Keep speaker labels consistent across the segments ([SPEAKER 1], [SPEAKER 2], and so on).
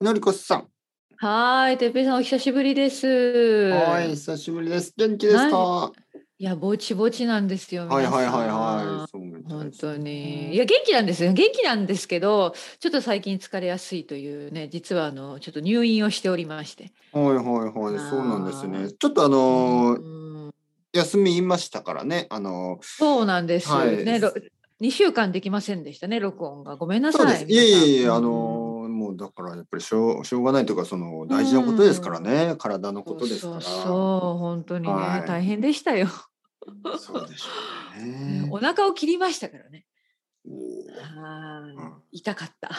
[SPEAKER 1] のりこさん。
[SPEAKER 2] はーい、てっぺいさん、お久しぶりです。は
[SPEAKER 1] はい、久しぶりです。元気ですか。はい
[SPEAKER 2] や、ぼちぼちなんですよ。
[SPEAKER 1] いはい
[SPEAKER 2] 皆さん
[SPEAKER 1] はいはい。そうみたいです
[SPEAKER 2] 本当に。いや、元気なんですよ。元気なんですけど、ちょっと最近疲れやすいというね、実はあの、ちょっと入院をしておりまして。
[SPEAKER 1] はいはいはい、そうなんです
[SPEAKER 2] あ
[SPEAKER 1] ね
[SPEAKER 2] ー。
[SPEAKER 1] ちょっとあのー
[SPEAKER 2] うん
[SPEAKER 1] 休み言いましたからね。あの
[SPEAKER 2] そうなんです。
[SPEAKER 1] はい
[SPEAKER 2] ね、ろ二週間できませんでしたね、録音が。ごめんな
[SPEAKER 1] ー、
[SPEAKER 2] さ
[SPEAKER 1] そうで
[SPEAKER 2] い。
[SPEAKER 1] す。いえいえいえ、
[SPEAKER 2] 皆
[SPEAKER 1] あ
[SPEAKER 2] さん
[SPEAKER 1] のーもうだからやっぱりしょうしょうがないというかその大事なことですからね。体のことですから。
[SPEAKER 2] そうそうそう本当にね、
[SPEAKER 1] はい
[SPEAKER 2] 大変でしたよ、
[SPEAKER 1] そうでしょうね。
[SPEAKER 2] お腹を切りましたからね
[SPEAKER 1] おー
[SPEAKER 2] はい
[SPEAKER 1] うん
[SPEAKER 2] 痛かった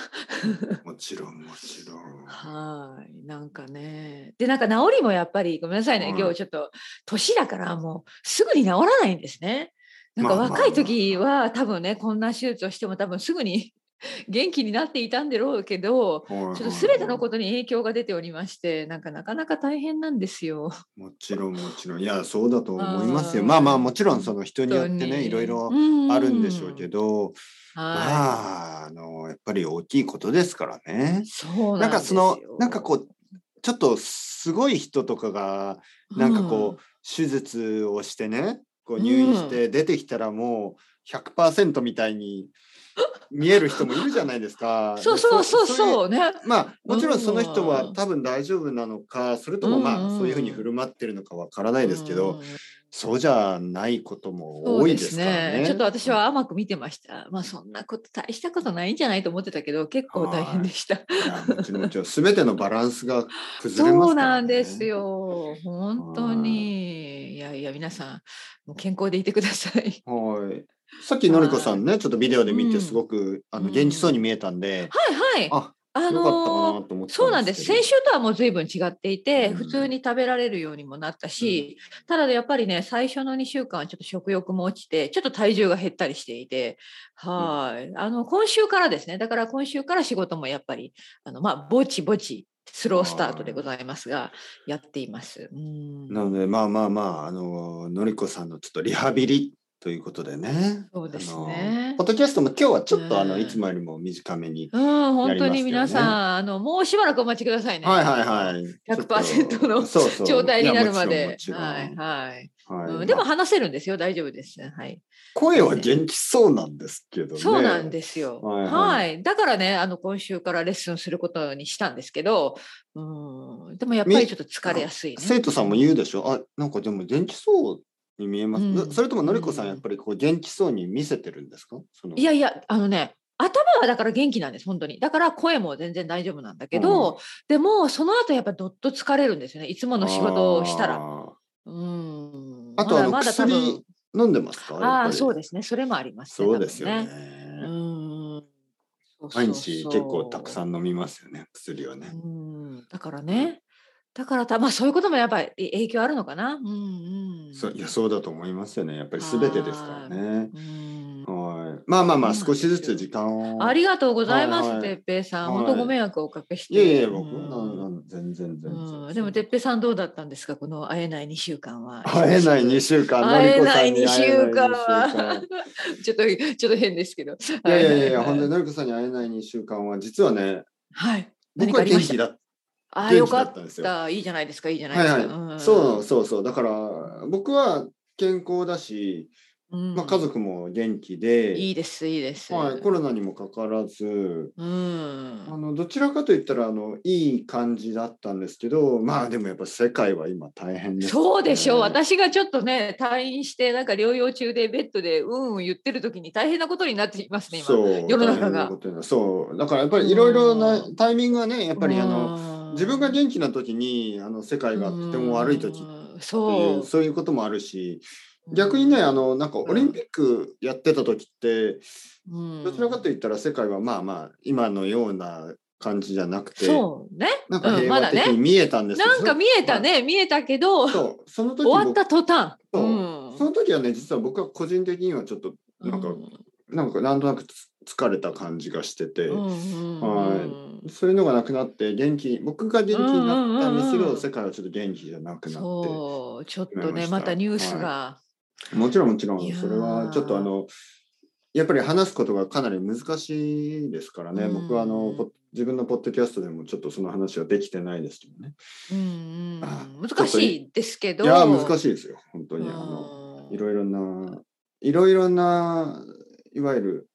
[SPEAKER 1] もちろんもちろん。
[SPEAKER 2] はいなんかねでなんか治りもやっぱりごめんなさいね、
[SPEAKER 1] うん
[SPEAKER 2] 今日ちょっと年だからもうすぐに治らないんですねなん
[SPEAKER 1] ま
[SPEAKER 2] か
[SPEAKER 1] あまあまあ
[SPEAKER 2] 若い時は多分ねこんな手術をしても多分すぐに 元気になっていたんだろうけど
[SPEAKER 1] ちょ
[SPEAKER 2] ちょっと全てのことに影響が出ておりましてなんかなかなか大変なんですよ。
[SPEAKER 1] もちろんもちろんいやそうだと思いますよ。
[SPEAKER 2] うん
[SPEAKER 1] まあまあもちろんその人によってねいろいろあるんでしょうけ
[SPEAKER 2] ど、
[SPEAKER 1] ど、
[SPEAKER 2] はい
[SPEAKER 1] まああのやっぱり大きいことですからね。
[SPEAKER 2] そう
[SPEAKER 1] なん
[SPEAKER 2] で
[SPEAKER 1] か
[SPEAKER 2] す
[SPEAKER 1] そ
[SPEAKER 2] よ
[SPEAKER 1] のなんかこうちょっとすごい人とかがなんかこう、手術をしてねこう入院して出てきたらもう100%みたたいに見える人もいるじゃないですか
[SPEAKER 2] う。んそうそうそう
[SPEAKER 1] い
[SPEAKER 2] そうね。
[SPEAKER 1] まあもちろんその人
[SPEAKER 2] う
[SPEAKER 1] は
[SPEAKER 2] ん
[SPEAKER 1] 多分大丈夫なのかそれともま
[SPEAKER 2] うんう
[SPEAKER 1] あ
[SPEAKER 2] ん
[SPEAKER 1] そういうふうに振る舞ってるのかわからないですけど、
[SPEAKER 2] うん
[SPEAKER 1] そうじゃないことも
[SPEAKER 2] そ
[SPEAKER 1] 多
[SPEAKER 2] う
[SPEAKER 1] いで
[SPEAKER 2] で
[SPEAKER 1] す
[SPEAKER 2] す
[SPEAKER 1] からね。
[SPEAKER 2] ねちょっと私は甘く見てました。まあそんなこと大したことないんじゃないと思ってたけど結構大変で した。
[SPEAKER 1] いやもちろんもちろん全てのバランスが崩れま
[SPEAKER 2] そ
[SPEAKER 1] す
[SPEAKER 2] う
[SPEAKER 1] から、ね。
[SPEAKER 2] なんです。よ。本当に。いやいや皆さんもう健康でいてください。
[SPEAKER 1] はい。さっきのりこさんねちょっとビデオで見
[SPEAKER 2] う
[SPEAKER 1] て
[SPEAKER 2] ん
[SPEAKER 1] すごく、あの
[SPEAKER 2] うん
[SPEAKER 1] 元気そうに見えたんで、
[SPEAKER 2] はいはい。
[SPEAKER 1] あ良か
[SPEAKER 2] あ
[SPEAKER 1] ったか
[SPEAKER 2] の
[SPEAKER 1] なと思ってたんですけど。
[SPEAKER 2] そうなんです先週とはもう随分違っていて、
[SPEAKER 1] うん
[SPEAKER 2] 普通に食べられるようにもなったし、ただやっぱりね最初の2週間はちょっと食欲も落ちてちょっと体重が減ったりしていてはい、あの今週からですねだから今週から仕事もやっぱりあのまあぼちぼちスロースタートでございますがやっています。うん
[SPEAKER 1] なのでまあまあまああののりこさんのちょっとリハビリということでね。
[SPEAKER 2] そうですね
[SPEAKER 1] あのポッドキャストも今日はちょっとあの
[SPEAKER 2] うん
[SPEAKER 1] いつもよりも短めに。
[SPEAKER 2] うん、
[SPEAKER 1] やります
[SPEAKER 2] 本当
[SPEAKER 1] けどね
[SPEAKER 2] に皆さん、あのもうしばらくお待ちくださいね。
[SPEAKER 1] はいはいはい。
[SPEAKER 2] 100%の
[SPEAKER 1] そうそう
[SPEAKER 2] 状態になるま
[SPEAKER 1] いや
[SPEAKER 2] で
[SPEAKER 1] も。ちろんも
[SPEAKER 2] は
[SPEAKER 1] ちろ
[SPEAKER 2] い
[SPEAKER 1] ん
[SPEAKER 2] はい、
[SPEAKER 1] はい
[SPEAKER 2] うん。でも話せるんですよ。大丈夫です。はい。
[SPEAKER 1] 声は元気そうなんですけどね。
[SPEAKER 2] そうなんですよ。
[SPEAKER 1] は
[SPEAKER 2] はい
[SPEAKER 1] は
[SPEAKER 2] い、
[SPEAKER 1] い
[SPEAKER 2] だからね、あの今週からレッスンすることにしたんですけど、うん、でもやっぱりちょっと疲れやすいね。
[SPEAKER 1] 生徒さんも言うでしょ。あ、なんかでも元気そうに見えます。
[SPEAKER 2] うん
[SPEAKER 1] それとものりこさん
[SPEAKER 2] うん
[SPEAKER 1] やっぱりこう元気そうに見せてるんですか。その
[SPEAKER 2] いやいや、あのね、頭はだから元気なんです、本当に。だから声も全然大丈夫なんだけど、でもその後やっぱどっと疲れるんですよね、いつもの仕事をしたら。
[SPEAKER 1] あ
[SPEAKER 2] うん。
[SPEAKER 1] あとあの
[SPEAKER 2] まだまだ多分
[SPEAKER 1] 薬ー飲んでますか。やっ
[SPEAKER 2] あ
[SPEAKER 1] ぱ
[SPEAKER 2] あ、
[SPEAKER 1] り
[SPEAKER 2] そうですね、それもありますね。
[SPEAKER 1] そうですよね
[SPEAKER 2] 多。分ね。うん。そうそうそう
[SPEAKER 1] 毎日結構たくさん飲みますよね。薬はね。
[SPEAKER 2] うんだからね、だからたまあそういうこともやっぱり影響あるのかな。うんうん。
[SPEAKER 1] そういやそうだと思いますよね。やっぱりすべてですからね。
[SPEAKER 2] うん。
[SPEAKER 1] はい。まあまあまあ
[SPEAKER 2] そうな
[SPEAKER 1] 少
[SPEAKER 2] んです
[SPEAKER 1] し
[SPEAKER 2] よ
[SPEAKER 1] ずつ時間を。
[SPEAKER 2] ありがとうございま
[SPEAKER 1] はい
[SPEAKER 2] す、
[SPEAKER 1] はい
[SPEAKER 2] てっぺいさ
[SPEAKER 1] は
[SPEAKER 2] ん。
[SPEAKER 1] い
[SPEAKER 2] 本当ご迷惑をおかけして。
[SPEAKER 1] いやいや僕
[SPEAKER 2] う
[SPEAKER 1] は
[SPEAKER 2] ん
[SPEAKER 1] なんなん全然全
[SPEAKER 2] う
[SPEAKER 1] 然。
[SPEAKER 2] んでもてっぺいさんどうだったんですかこの会えない2週間は。
[SPEAKER 1] 会えない2週間。
[SPEAKER 2] 会えない
[SPEAKER 1] のり
[SPEAKER 2] 2
[SPEAKER 1] こさんに会え
[SPEAKER 2] 週間
[SPEAKER 1] ない二週
[SPEAKER 2] は
[SPEAKER 1] 間
[SPEAKER 2] ちょっとちょっと変ですけど。
[SPEAKER 1] いやいやいや、
[SPEAKER 2] は
[SPEAKER 1] 本当にのりこさんに会えない2週間は、実はね、
[SPEAKER 2] はい。何
[SPEAKER 1] 僕
[SPEAKER 2] か
[SPEAKER 1] は
[SPEAKER 2] ありま
[SPEAKER 1] 元
[SPEAKER 2] した
[SPEAKER 1] 気だっ
[SPEAKER 2] ああよか
[SPEAKER 1] 元気だっ
[SPEAKER 2] った
[SPEAKER 1] んです
[SPEAKER 2] た。いいじゃないですかいいじゃ
[SPEAKER 1] た。
[SPEAKER 2] ない
[SPEAKER 1] はい
[SPEAKER 2] ですか。
[SPEAKER 1] はい。
[SPEAKER 2] ん
[SPEAKER 1] そうそうそう。だから、僕は健康だし、
[SPEAKER 2] うん
[SPEAKER 1] まあ、家族も元気で、
[SPEAKER 2] いいですいいです。
[SPEAKER 1] はい、コロナにもかからず、
[SPEAKER 2] うん
[SPEAKER 1] あ。のどちらかといったらあのいい感じだったんですけど、まあでもやっぱ世界は今大変です、
[SPEAKER 2] そうでしょう、
[SPEAKER 1] ね
[SPEAKER 2] 私がちょっとね、退院して、なんか療養中でベッドでうんうん言ってる時に大変なことになっていますね、今。
[SPEAKER 1] そう
[SPEAKER 2] 世の中が
[SPEAKER 1] 大変なことになるそうだからやっぱりいろいろな
[SPEAKER 2] う
[SPEAKER 1] タイミングはねや
[SPEAKER 2] や
[SPEAKER 1] っぱりあの自分が元気な時にあの世界がとても悪い時ってい
[SPEAKER 2] そうう
[SPEAKER 1] そういうこともあるし逆にねあ、のなんか
[SPEAKER 2] うん
[SPEAKER 1] オリンピックやってた時って
[SPEAKER 2] うん
[SPEAKER 1] どちらかといったら世界はまあまあ今のような感じじゃなくて
[SPEAKER 2] そうね、
[SPEAKER 1] なんか平
[SPEAKER 2] うんま
[SPEAKER 1] 和
[SPEAKER 2] だ
[SPEAKER 1] 的
[SPEAKER 2] ね
[SPEAKER 1] に見えたんですけど
[SPEAKER 2] なんか見えたね、見えたけど、終
[SPEAKER 1] そうその時
[SPEAKER 2] わっ
[SPEAKER 1] 僕
[SPEAKER 2] た途端。
[SPEAKER 1] そう
[SPEAKER 2] うん
[SPEAKER 1] その時はね実は僕は個人的にはちょっとなんかなんかなんとなくつ疲れた感じがしてて。
[SPEAKER 2] うんうん
[SPEAKER 1] はそういうのがなくなって元気僕が元気になったんですけど、
[SPEAKER 2] うんうんうんうん
[SPEAKER 1] 世界はちょっと元気じゃなくなっ
[SPEAKER 2] そう、ちょっ
[SPEAKER 1] な
[SPEAKER 2] と
[SPEAKER 1] りまし
[SPEAKER 2] ね、
[SPEAKER 1] た
[SPEAKER 2] またニュースが。
[SPEAKER 1] てもちろんもちろん
[SPEAKER 2] いやー
[SPEAKER 1] それはちょっとあのやっぱり話すことがかなり難しいですからね、
[SPEAKER 2] うん
[SPEAKER 1] 僕はあのポッ自分のポッドキャストでもちょっとその話はできてないですけどね。
[SPEAKER 2] うん
[SPEAKER 1] あ
[SPEAKER 2] うん、難しいですけど。
[SPEAKER 1] いやー難
[SPEAKER 2] い。
[SPEAKER 1] しいですよ本当にあのいろいろないろいろないわゆる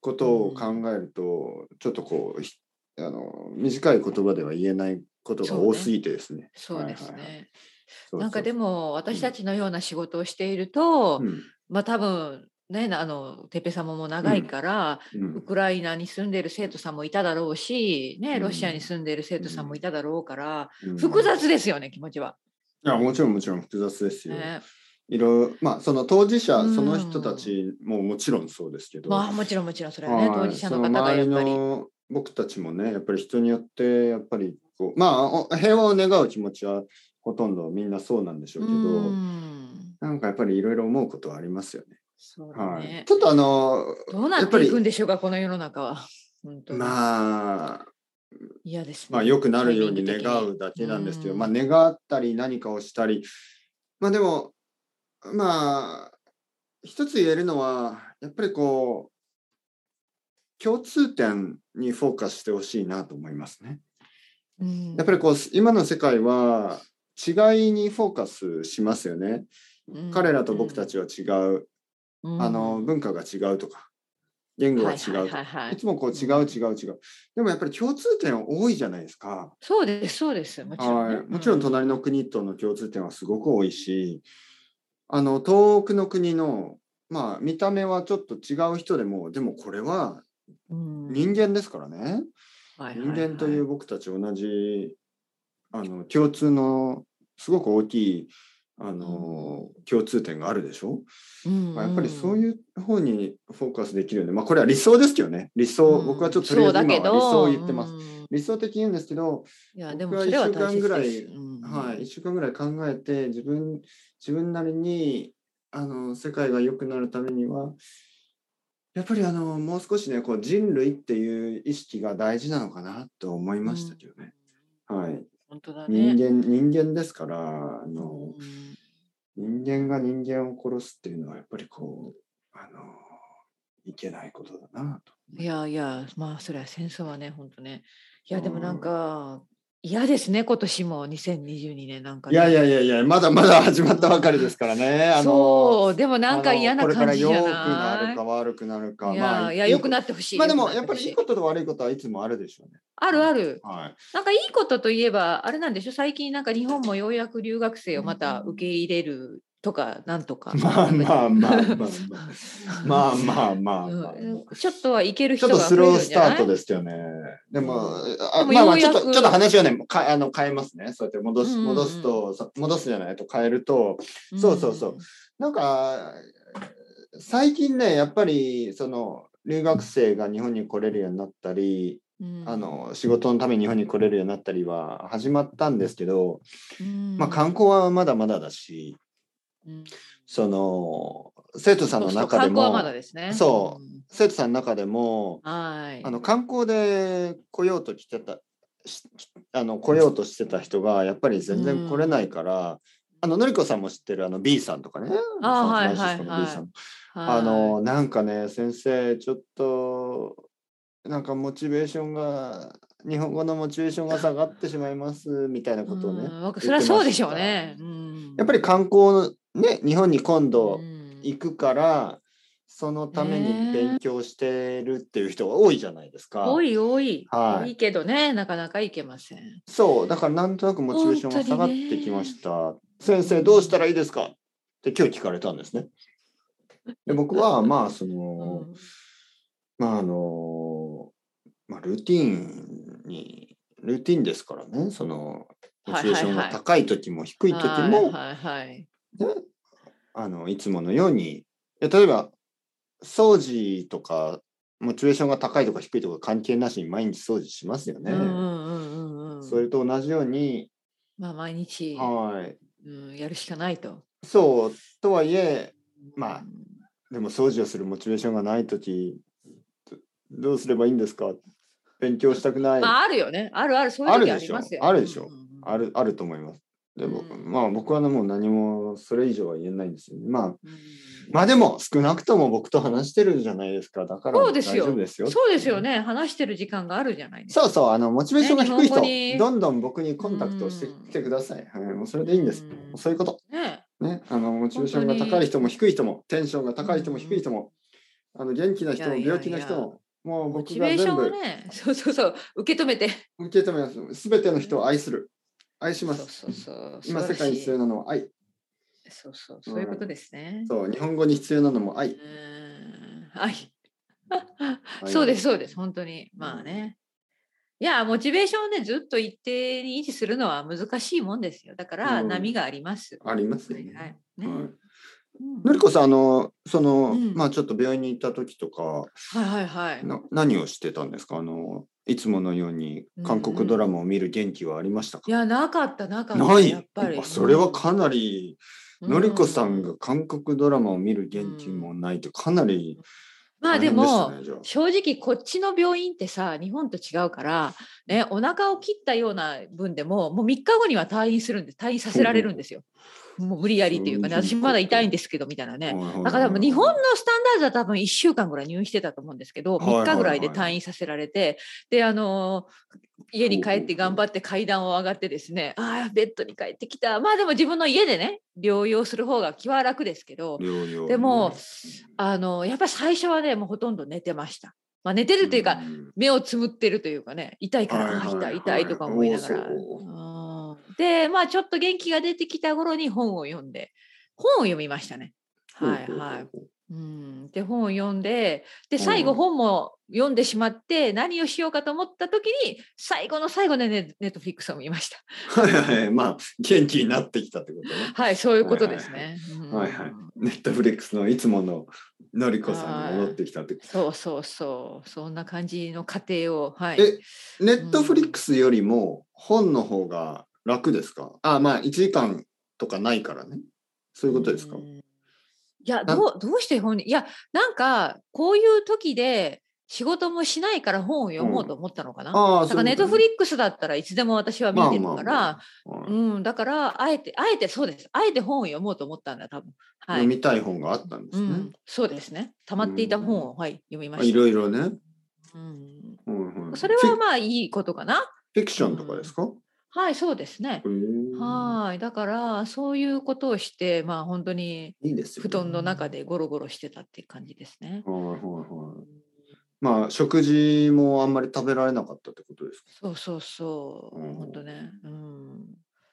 [SPEAKER 1] ことを考えると、ちょっとこうひあの短い言葉では言えないことが多すぎてですね。
[SPEAKER 2] そうで
[SPEAKER 1] は
[SPEAKER 2] す
[SPEAKER 1] いはいはい
[SPEAKER 2] ね。
[SPEAKER 1] そうそう
[SPEAKER 2] なんかでも私たちのような仕事をしていると、
[SPEAKER 1] うん
[SPEAKER 2] まあ多分ねあのてっぺ様も長いから、
[SPEAKER 1] うん
[SPEAKER 2] ウクライナに住んでる生徒さんもいただろうし、ね、ロシアに住んでる生徒さんもいただろうから、
[SPEAKER 1] うん
[SPEAKER 2] 複雑ですよね気持ちは。
[SPEAKER 1] いやもちろんもちろん複雑ですよ。
[SPEAKER 2] ね、
[SPEAKER 1] いろいろまあその当事者、
[SPEAKER 2] うん
[SPEAKER 1] その人たちももちろんそうですけど、
[SPEAKER 2] まあもちろんもちろんそれはね
[SPEAKER 1] はい
[SPEAKER 2] 当事者の方がやっ
[SPEAKER 1] その
[SPEAKER 2] ぱ
[SPEAKER 1] 周り
[SPEAKER 2] り。
[SPEAKER 1] の僕たちもねやっぱり人によってやっぱりこうまあお平和を願う気持ちはほとんどみんなそうなんでしょうけど、
[SPEAKER 2] うん
[SPEAKER 1] なんかやっぱりいろいろ思うことはありますよね。
[SPEAKER 2] そうだ
[SPEAKER 1] は
[SPEAKER 2] ね
[SPEAKER 1] い、ちょっとあの
[SPEAKER 2] どうなっていくんでしょうかこの世の中は。本当に
[SPEAKER 1] まあ
[SPEAKER 2] 嫌ですね。
[SPEAKER 1] まあ良くなるように
[SPEAKER 2] タイミン
[SPEAKER 1] 願
[SPEAKER 2] グ的に
[SPEAKER 1] うだけなんですけど、
[SPEAKER 2] うん
[SPEAKER 1] まあ願ったり何かをしたりまあでもまあ一つ言えるのはやっぱりこう共通点にフォーカスしてほしいなと思いますね。
[SPEAKER 2] うん
[SPEAKER 1] やっぱりこう今の世界は違いにフォーカスしますよね。
[SPEAKER 2] うん
[SPEAKER 1] 彼らと僕たちは違う、
[SPEAKER 2] うん
[SPEAKER 1] あの文化が違うとか言語が違うとか、
[SPEAKER 2] はいいはいはいはい
[SPEAKER 1] つもこう違う違う違う。でもやっぱり共通点多いじゃないですか。
[SPEAKER 2] そうですそうですもちろん、ね
[SPEAKER 1] はい、もちろん隣の国との共通点はすごく多いし、あの遠くの国のまあ見た目はちょっと違う人でもでもこれは
[SPEAKER 2] うん
[SPEAKER 1] 人間ですからね、
[SPEAKER 2] はいはい
[SPEAKER 1] 人
[SPEAKER 2] はい
[SPEAKER 1] 間という僕たち同じあの共通のすごく大きいあの共通点があるでしょ、
[SPEAKER 2] うん
[SPEAKER 1] まあやっぱりそう
[SPEAKER 2] う
[SPEAKER 1] いう方にフォーカスできるよねまあこれは理想ですけどね理想、
[SPEAKER 2] ん
[SPEAKER 1] 僕はちょっととりあえず今は理想を言ってます、
[SPEAKER 2] そうだけどうん
[SPEAKER 1] 理想的に言うんですけど、
[SPEAKER 2] いやでも
[SPEAKER 1] 僕は
[SPEAKER 2] それは
[SPEAKER 1] 一週間
[SPEAKER 2] 大
[SPEAKER 1] ぐ
[SPEAKER 2] 切
[SPEAKER 1] らい
[SPEAKER 2] です。うん
[SPEAKER 1] はい、1週間ぐらい考えて自分自分なりにあの世界が良くなるためにはやっぱりあのもう少しねこう人類っていう意識が大事なのかなと思いましたけどね。はい、
[SPEAKER 2] 本当だね。
[SPEAKER 1] 人間人間ですからあの
[SPEAKER 2] うん
[SPEAKER 1] 人間が人間を殺すっていうのはやっぱりこうあのいけないことだなと。
[SPEAKER 2] いやいやまあそれは戦争はね本当ね。いや
[SPEAKER 1] うん
[SPEAKER 2] でもなんか嫌ですね今年も2022年なんか、
[SPEAKER 1] い
[SPEAKER 2] ね。
[SPEAKER 1] やいやいやいやまだまだ始まったばかりですからね。あの
[SPEAKER 2] そうでもなんか
[SPEAKER 1] あの
[SPEAKER 2] 嫌な
[SPEAKER 1] これか
[SPEAKER 2] 感
[SPEAKER 1] ら
[SPEAKER 2] じじ
[SPEAKER 1] 良く
[SPEAKER 2] ゃ
[SPEAKER 1] な
[SPEAKER 2] な
[SPEAKER 1] る
[SPEAKER 2] い
[SPEAKER 1] か悪くなるかま
[SPEAKER 2] いや
[SPEAKER 1] あ
[SPEAKER 2] いや良く
[SPEAKER 1] っ
[SPEAKER 2] なってほしい。
[SPEAKER 1] まあで
[SPEAKER 2] 良く
[SPEAKER 1] も
[SPEAKER 2] な
[SPEAKER 1] やっぱ
[SPEAKER 2] ほし
[SPEAKER 1] りいいことと悪いことはいつもあるでしょうね。
[SPEAKER 2] あるある。
[SPEAKER 1] はい。
[SPEAKER 2] なんかいいことといえばあれなんでしょ最近なんか日本もようやく留学生をまた受け入れるとかなんとか。
[SPEAKER 1] まあまあ まあまあまあまあまあまあまあ。
[SPEAKER 2] うんちょっとは行ける
[SPEAKER 1] ちょ
[SPEAKER 2] 人
[SPEAKER 1] っと
[SPEAKER 2] が
[SPEAKER 1] ス
[SPEAKER 2] 増え
[SPEAKER 1] ロー
[SPEAKER 2] るん
[SPEAKER 1] ス
[SPEAKER 2] じゃ
[SPEAKER 1] タ
[SPEAKER 2] な
[SPEAKER 1] ー
[SPEAKER 2] い
[SPEAKER 1] トですよね。でも、あ
[SPEAKER 2] でも
[SPEAKER 1] まあまあ
[SPEAKER 2] よう
[SPEAKER 1] ちょ
[SPEAKER 2] や
[SPEAKER 1] っ
[SPEAKER 2] く
[SPEAKER 1] とちょっと話をねかあの変えますね。そうやって戻
[SPEAKER 2] う
[SPEAKER 1] す
[SPEAKER 2] んうんうん
[SPEAKER 1] 戻すと、さ戻すじゃないと変えるとそうそうそうなんか最近ねやっぱりその留学生が日本に来れるようになったり、
[SPEAKER 2] うん。うん
[SPEAKER 1] あ、の仕事のために日本に来れるようになったりは始まったんですけど、
[SPEAKER 2] うん
[SPEAKER 1] まあ観光はまだまだだし。
[SPEAKER 2] うん
[SPEAKER 1] その生徒さんの中で
[SPEAKER 2] そうそう観光は
[SPEAKER 1] も
[SPEAKER 2] まだですね。
[SPEAKER 1] そ
[SPEAKER 2] うん。
[SPEAKER 1] 生徒さんの中でも
[SPEAKER 2] はい。
[SPEAKER 1] あの観光で来ようと来てたしあの来ようとしてた人がやっぱり全然来れないから、あののりこさんも知ってるあの B さんとかね
[SPEAKER 2] あ
[SPEAKER 1] サン
[SPEAKER 2] ー
[SPEAKER 1] フランシスコの
[SPEAKER 2] はいはいはい
[SPEAKER 1] B さん
[SPEAKER 2] はい
[SPEAKER 1] あのなんかね先生ちょっとなんかモチベーションが日本語のモチベーションが下がってしまいますみたいなことをね、
[SPEAKER 2] うんわかそれはそうでしょうね。うん
[SPEAKER 1] やっぱり観光のね日本に今度
[SPEAKER 2] うん
[SPEAKER 1] 行くからそのために勉強してるっていう人が多いじゃないですか。
[SPEAKER 2] 多い多い。
[SPEAKER 1] はい
[SPEAKER 2] 多いけどね、なかなか行けません。
[SPEAKER 1] そうだからなんとなくモチベーションが下がってきました。先生どうしたらいいですかって今日聞かれたんですね。で僕 はまあその、
[SPEAKER 2] うん
[SPEAKER 1] まああのまあルーティンにルーティンですからねそのモチベーションが高い時も低い時も、
[SPEAKER 2] はいはいはい。
[SPEAKER 1] ね、あのいつものようにいや例えば掃除とかモチベーションが高いとか低いとか関係なしに毎日掃除しますよね。
[SPEAKER 2] うんうんうんうん
[SPEAKER 1] それと同じように、
[SPEAKER 2] まあ毎日、
[SPEAKER 1] はい
[SPEAKER 2] うん、やるしかないと。
[SPEAKER 1] そうとはいえまあ
[SPEAKER 2] うん
[SPEAKER 1] でも掃除をするモチベーションがない時どどうすればいいんですか勉強したくない、
[SPEAKER 2] まああるよね。あるあるそういう時
[SPEAKER 1] あ
[SPEAKER 2] あ
[SPEAKER 1] るで
[SPEAKER 2] り
[SPEAKER 1] しょ
[SPEAKER 2] ますよ。
[SPEAKER 1] あるでしょ
[SPEAKER 2] うんうんうん
[SPEAKER 1] あるあると思います。でも、
[SPEAKER 2] うん
[SPEAKER 1] まあ僕はねもう何もそれ以上は言えないんですよね。まあ
[SPEAKER 2] うん
[SPEAKER 1] まあでも少なくとも僕と話してるじゃないですか。だから
[SPEAKER 2] そう
[SPEAKER 1] 大
[SPEAKER 2] ですよ
[SPEAKER 1] 丈夫ですよ。
[SPEAKER 2] そうですよね。話してる時間があるじゃないですか。
[SPEAKER 1] そうそう、あの、モチベーションが低
[SPEAKER 2] ね日本語
[SPEAKER 1] い
[SPEAKER 2] に
[SPEAKER 1] 人、どんどん僕にコンタクトをしてきてください。はい、もうそれでいいんです。
[SPEAKER 2] うん
[SPEAKER 1] そういうこと。
[SPEAKER 2] ね。
[SPEAKER 1] ね、あの、モチベーションが高い人も低い人も、テンションが高い人も低い人も、あの、元気な人も
[SPEAKER 2] いやいやいや
[SPEAKER 1] 病気な人も、もう
[SPEAKER 2] モ
[SPEAKER 1] 僕
[SPEAKER 2] チ
[SPEAKER 1] が
[SPEAKER 2] ベーショ
[SPEAKER 1] 全
[SPEAKER 2] ンを
[SPEAKER 1] 部
[SPEAKER 2] ね、そうそうそう、受け止めて。
[SPEAKER 1] 受け止めます。すべての人を愛する。愛し
[SPEAKER 2] そ
[SPEAKER 1] ま
[SPEAKER 2] う
[SPEAKER 1] す
[SPEAKER 2] そ。うそう。
[SPEAKER 1] 今世界に必要
[SPEAKER 2] な。
[SPEAKER 1] なのは愛。
[SPEAKER 2] そうそう、そういうことですね。
[SPEAKER 1] そう、日本語に必要なのも愛
[SPEAKER 2] う。ーんはい。
[SPEAKER 1] はい
[SPEAKER 2] そうです、そうです、本当に。まあね。いや、モチベーションをね、ずっと一定に維持するのは難しいもんですよ。だから、
[SPEAKER 1] うん
[SPEAKER 2] 波があります。
[SPEAKER 1] あります
[SPEAKER 2] は
[SPEAKER 1] よ
[SPEAKER 2] い、は
[SPEAKER 1] ね。
[SPEAKER 2] い。ね。
[SPEAKER 1] はい
[SPEAKER 2] うん
[SPEAKER 1] のりこさん、あの、その、
[SPEAKER 2] うん
[SPEAKER 1] まあちょっと病院に行った時とか、
[SPEAKER 2] はいはいはい。
[SPEAKER 1] な何をしてたんですかあの、いつものように韓国ドラマを見る元気はありましたか
[SPEAKER 2] い、や、なかった、なかった。
[SPEAKER 1] ない
[SPEAKER 2] やっぱり。
[SPEAKER 1] あそれはかなり、
[SPEAKER 2] うん
[SPEAKER 1] のりこさんが韓国ドラマを見る元気もないってかなり
[SPEAKER 2] まあ
[SPEAKER 1] 大
[SPEAKER 2] で
[SPEAKER 1] 変した
[SPEAKER 2] も、
[SPEAKER 1] ねじゃあ
[SPEAKER 2] 正直こっちの病院ってさ日本と違うから、ね、お腹を切ったような分でももう3日後には退院するんです退院させられるんですよ。もう無理やりっていうかね
[SPEAKER 1] そういうこと
[SPEAKER 2] 私まだ痛いんですけどみたいなね。
[SPEAKER 1] はいはいはい
[SPEAKER 2] だから多分日本のスタンダードは多分1週間ぐらい入院してたと思うんですけど
[SPEAKER 1] はいはいは
[SPEAKER 2] 3
[SPEAKER 1] い
[SPEAKER 2] 日ぐらいで退院させられてであの家に帰って頑張って階段を上がってですねああベッドに帰ってきたまあでも自分の家でね療養する方が気は楽ですけど、
[SPEAKER 1] 療養
[SPEAKER 2] でもあのやっぱり最初はねもうほとんど寝てました。まあ、寝てるというか、
[SPEAKER 1] ん
[SPEAKER 2] 目をつむってるというかね痛いから、
[SPEAKER 1] はいはい
[SPEAKER 2] あ痛
[SPEAKER 1] はい
[SPEAKER 2] い痛いとか思いなが
[SPEAKER 1] お
[SPEAKER 2] ら
[SPEAKER 1] ーそう
[SPEAKER 2] うんでまあちょっと元気が出てきた頃に本を読んで本を読みましたねはいはい。うん、で本を読んでで最
[SPEAKER 1] う
[SPEAKER 2] 後
[SPEAKER 1] ん
[SPEAKER 2] 本も読んでしまって何をしようかと思った時に最後の最後でねネットフィックスを見ました
[SPEAKER 1] はいはい はいまあ元気になってきたってことね。
[SPEAKER 2] はいそういうことですね
[SPEAKER 1] はいはい
[SPEAKER 2] うん。
[SPEAKER 1] ネットフリックスのいつもののりこさんに戻ってきたってこ
[SPEAKER 2] そうそうそうそんな感じの過程をはい
[SPEAKER 1] えと。ネットフリックスよりも本の方が楽ですかあまあ1時間とかないからね。そういうことですか
[SPEAKER 2] うんいや
[SPEAKER 1] なん
[SPEAKER 2] どうどうして本にいやなんかこういう時で仕事もしないから本を読もうと思ったのかな。
[SPEAKER 1] ああ、
[SPEAKER 2] だからネットフ
[SPEAKER 1] リ
[SPEAKER 2] リックスだったらいつでも私は見てるから、
[SPEAKER 1] ッ
[SPEAKER 2] うん、だからあえてあえてそうですあえて本を読もうと思ったんだ多分は
[SPEAKER 1] 読
[SPEAKER 2] い、
[SPEAKER 1] みたい本があったんで
[SPEAKER 2] う
[SPEAKER 1] すね。
[SPEAKER 2] ん、そうですね溜まっていた本を、はい、読みま
[SPEAKER 1] あい
[SPEAKER 2] した、
[SPEAKER 1] ろいろね。
[SPEAKER 2] うん、
[SPEAKER 1] うんうん
[SPEAKER 2] それ
[SPEAKER 1] フィ
[SPEAKER 2] はまあいいことかな
[SPEAKER 1] フィクションとかですか、
[SPEAKER 2] はいそうですね
[SPEAKER 1] は
[SPEAKER 2] はいだからそういうことをしてまあ本当に
[SPEAKER 1] いいですよ、
[SPEAKER 2] 布団の中でゴロゴロしてたっていう感じですね。
[SPEAKER 1] はいはいはい。まあ食事もあんまり食べられなかったってことですか
[SPEAKER 2] そうそうそう、
[SPEAKER 1] うん
[SPEAKER 2] 本当ね。うん。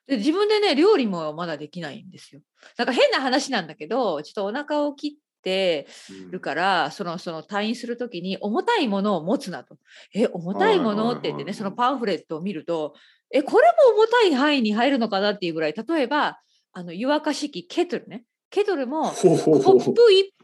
[SPEAKER 2] で自分でね料理もまだできないんですよ。なんか変な話なんだけど、ちょっとお腹を切ってるから、そのその退院する時に重たいものを持つなと。え重たいもの
[SPEAKER 1] はいはいはい
[SPEAKER 2] って言ってねそのパンフレットを見ると、えこれも重たい範囲に入るのかなっていうぐらい、例えばあの湯沸かし器ケトルね、ケトルも
[SPEAKER 1] ほうほう
[SPEAKER 2] コ
[SPEAKER 1] ほう
[SPEAKER 2] ップ1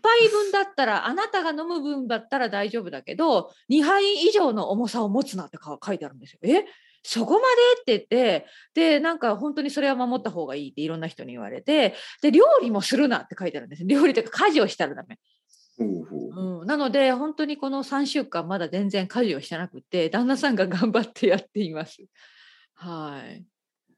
[SPEAKER 2] 杯分だったらあなたが飲む分だったら大丈夫だけど2杯以上の重さを持つなってか書いてあるんですよ。えそこまでって言ってでなんか本当にそれは守った方がいいっていろんな人に言われてで料理もするなって書いてあるんです料理というか家事をしたらダメ、
[SPEAKER 1] ほうほう
[SPEAKER 2] うん、なので本当にこの3週間まだ全然家事をしてなくて旦那さんが頑張ってやっていますはい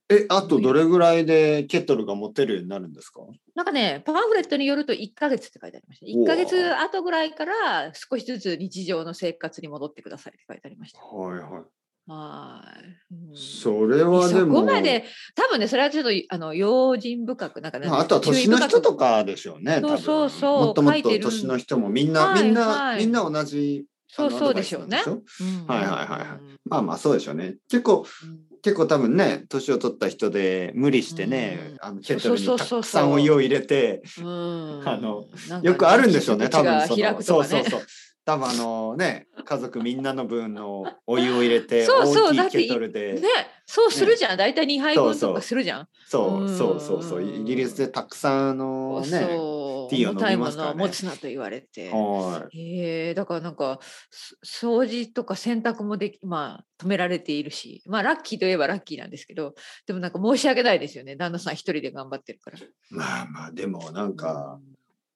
[SPEAKER 1] え、あとどれぐらいでケトルが持てるようになるんですか
[SPEAKER 2] なんかね、パンフレットによると1ヶ月って書いてありました。
[SPEAKER 1] お
[SPEAKER 2] 1
[SPEAKER 1] ー
[SPEAKER 2] ヶ月後ぐらいから少しずつ日常の生活に戻ってくださいって書いてありました。
[SPEAKER 1] はいは
[SPEAKER 2] はーい。うん
[SPEAKER 1] い。それはで
[SPEAKER 2] そ
[SPEAKER 1] も。
[SPEAKER 2] こまで、多分ね、それはちょっとあの用心深く、なんかね、
[SPEAKER 1] まあ、あとは年の人とかで
[SPEAKER 2] し
[SPEAKER 1] しょうね。
[SPEAKER 2] そうそうそう
[SPEAKER 1] 多分も
[SPEAKER 2] 書
[SPEAKER 1] っ
[SPEAKER 2] い
[SPEAKER 1] と
[SPEAKER 2] て
[SPEAKER 1] もっ
[SPEAKER 2] る
[SPEAKER 1] と年の人もみんな、
[SPEAKER 2] はい
[SPEAKER 1] みんな、
[SPEAKER 2] はい
[SPEAKER 1] みんな同じ。
[SPEAKER 2] そう
[SPEAKER 1] あの
[SPEAKER 2] そうでしょうね
[SPEAKER 1] アドバイス
[SPEAKER 2] ょ。うん
[SPEAKER 1] はいはいはいはいまあまあそうでしょうね。結構
[SPEAKER 2] うん
[SPEAKER 1] 結構多分ね年を取った人で無理してね、あのケトルに
[SPEAKER 2] そう
[SPEAKER 1] た
[SPEAKER 2] そうそうそう
[SPEAKER 1] くさんお湯を入れて
[SPEAKER 2] うん
[SPEAKER 1] あの
[SPEAKER 2] なんかね
[SPEAKER 1] よくあるんでしょうね
[SPEAKER 2] 口
[SPEAKER 1] 多分
[SPEAKER 2] が
[SPEAKER 1] そ
[SPEAKER 2] 開
[SPEAKER 1] の
[SPEAKER 2] く
[SPEAKER 1] そ
[SPEAKER 2] と
[SPEAKER 1] う
[SPEAKER 2] か
[SPEAKER 1] そう
[SPEAKER 2] ね。
[SPEAKER 1] そう多分あのね家族みんなの分のお湯を入れて
[SPEAKER 2] そうそうだ
[SPEAKER 1] 大
[SPEAKER 2] っ
[SPEAKER 1] きい
[SPEAKER 2] て
[SPEAKER 1] ケトルで、
[SPEAKER 2] ね、そうするじゃん。大体2杯分
[SPEAKER 1] そうそ
[SPEAKER 2] とか
[SPEAKER 1] う
[SPEAKER 2] するじゃん。
[SPEAKER 1] そうそうそう
[SPEAKER 2] う
[SPEAKER 1] そうんイギリスでたくさんあのね
[SPEAKER 2] そう
[SPEAKER 1] ティーを
[SPEAKER 2] 重たい
[SPEAKER 1] 飲み
[SPEAKER 2] も
[SPEAKER 1] ますか
[SPEAKER 2] の
[SPEAKER 1] ら
[SPEAKER 2] を
[SPEAKER 1] ね
[SPEAKER 2] 持つなと言われて。
[SPEAKER 1] は
[SPEAKER 2] へえだからなんかす掃除とか洗濯もできまあ止められているしまあラッキーといえばラッキーなんですけどでもなんか申し訳ないですよね旦那さん一人で頑張ってるから。
[SPEAKER 1] いまあまあでもなんか